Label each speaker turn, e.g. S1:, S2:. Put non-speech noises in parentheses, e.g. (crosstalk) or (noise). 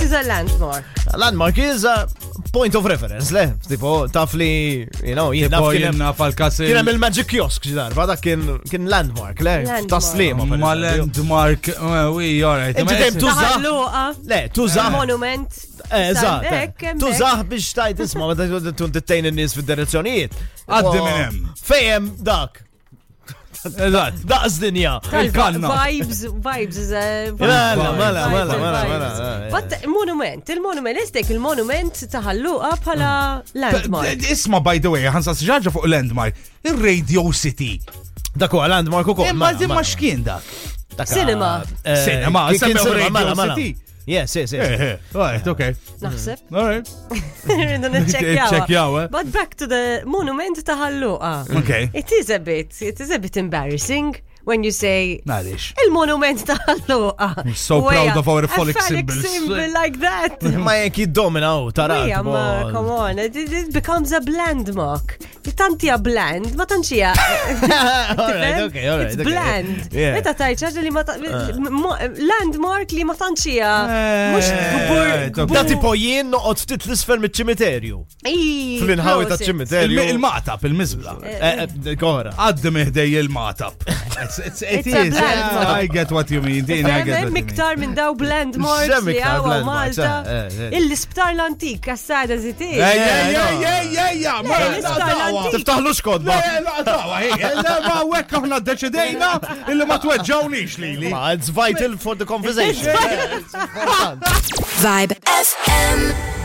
S1: is a landmark.
S2: Landmark is a point of reference, le? Tipo, taf li, you know, jina
S3: Tipo jenna fal-kasil.
S2: Kien hemm il-Magic Kiosk ġdarba, dak kien kien landmark, le?
S1: Landmark.
S2: Taslima. per
S3: Ma
S2: eżempju.
S3: landmark, eh, we, alright.
S2: Inti dejjem
S3: ma-
S2: Tuża.
S1: Taħalluqa.
S2: Le,
S3: Eh.
S2: tużaħ.
S1: Monument.
S2: Eżat.
S1: Hekk,
S2: eh.
S1: hemmhekk.
S2: Tużaħ biex tajt isma, ma tajt tun tittejn in-nies fid-direzzjonijiet.
S3: Għaddi
S2: Oh,
S3: minn hemm.
S2: Fejem dak.
S3: Eżatt.
S2: Daqs dinja.
S3: Il-kanna.
S1: Vibes, vibes is
S3: (laughs)
S1: a.
S2: Mela,
S3: Vibes,
S2: mela, mela,
S1: vibes,
S2: mela,
S1: vibes.
S2: mela. eh,
S1: But il-monument, il-monument, istek il-monument taħalluqa bħala
S3: Ah.
S1: landmark.
S3: Isma, by the way, ħansa s-ġaġa fuq landmark. Il-Radio City.
S2: Dak huwa landmark ukoll. Mela,
S3: Imma zimma xkien dak.
S2: Dak-
S1: Cinema.
S2: eh,
S3: Cinema,
S2: kien- kien
S3: semmew
S2: cinema,
S3: Radio
S2: mela, mela.
S3: City.
S2: Yes, yes, yes.
S3: Eh, eh, Alright, okay. (laughs)
S1: (laughs) Naħseb.
S3: Alright.
S1: Rridu
S3: (laughs)
S1: niċċekkjawa.
S3: Ċekkjawa.
S1: But back to the monument taħalluqa.
S3: Okay.
S1: It is a bit, it is a bit embarrassing when you say
S3: Nalix.
S1: il-monument taħalluqa.
S3: I'm so proud of our phallic symbols.
S1: symbol like
S3: (laughs)
S1: that.
S2: Ma jek jiddominaw, tara.
S1: Wejja, ma,
S2: tipo-
S1: come on, it, it, it becomes a landmark. Tanti a bland, ma
S2: (laughs)
S1: tantxija.
S2: Alright, okay, alright.
S1: It's
S2: okay.
S1: bland.
S2: Yeah. Ah.
S1: Meta tajt ċaġa li ma ta- mo- landmark li ma tantxija.
S3: Eh,
S1: Mux gbur.
S3: eh,
S1: gbur-
S2: Da tipo jien noqgħod ftit l-isfel miċ-ċimiterju.
S1: Ih,
S2: Fl-inħawi ta'
S1: close it.
S2: ċimiterju.
S3: Il- Il-maqtab, il-mizbla.
S2: Eh, eh, Kohra.
S3: Għaddi meħdej il-maqtab. It's- it's- It
S1: Ah, It's a
S3: is.
S1: landmark.
S3: yeah, I get what you mean. Din, I get
S1: Hemm
S3: what you mean.
S1: miktar minn daw landmarks
S2: Xem
S1: li
S2: iktar
S1: għawa
S2: landmarks,
S1: Malta.
S2: eh, eh, eh.
S1: Il-isptar l-antik, kassada ziti.
S3: Ej, ej, ej, ej, ej, ej, ma
S1: Eh, nista'
S3: dawa.
S1: l-antik.
S2: Tiftaħlu
S3: Le,
S2: xkodba.
S3: la dawa, ej, eh, le, Ma wekk aħna deċidejna illi ma tweġġawnix li li.
S2: Ma, it's vital for the conversation.
S4: Vibe FM.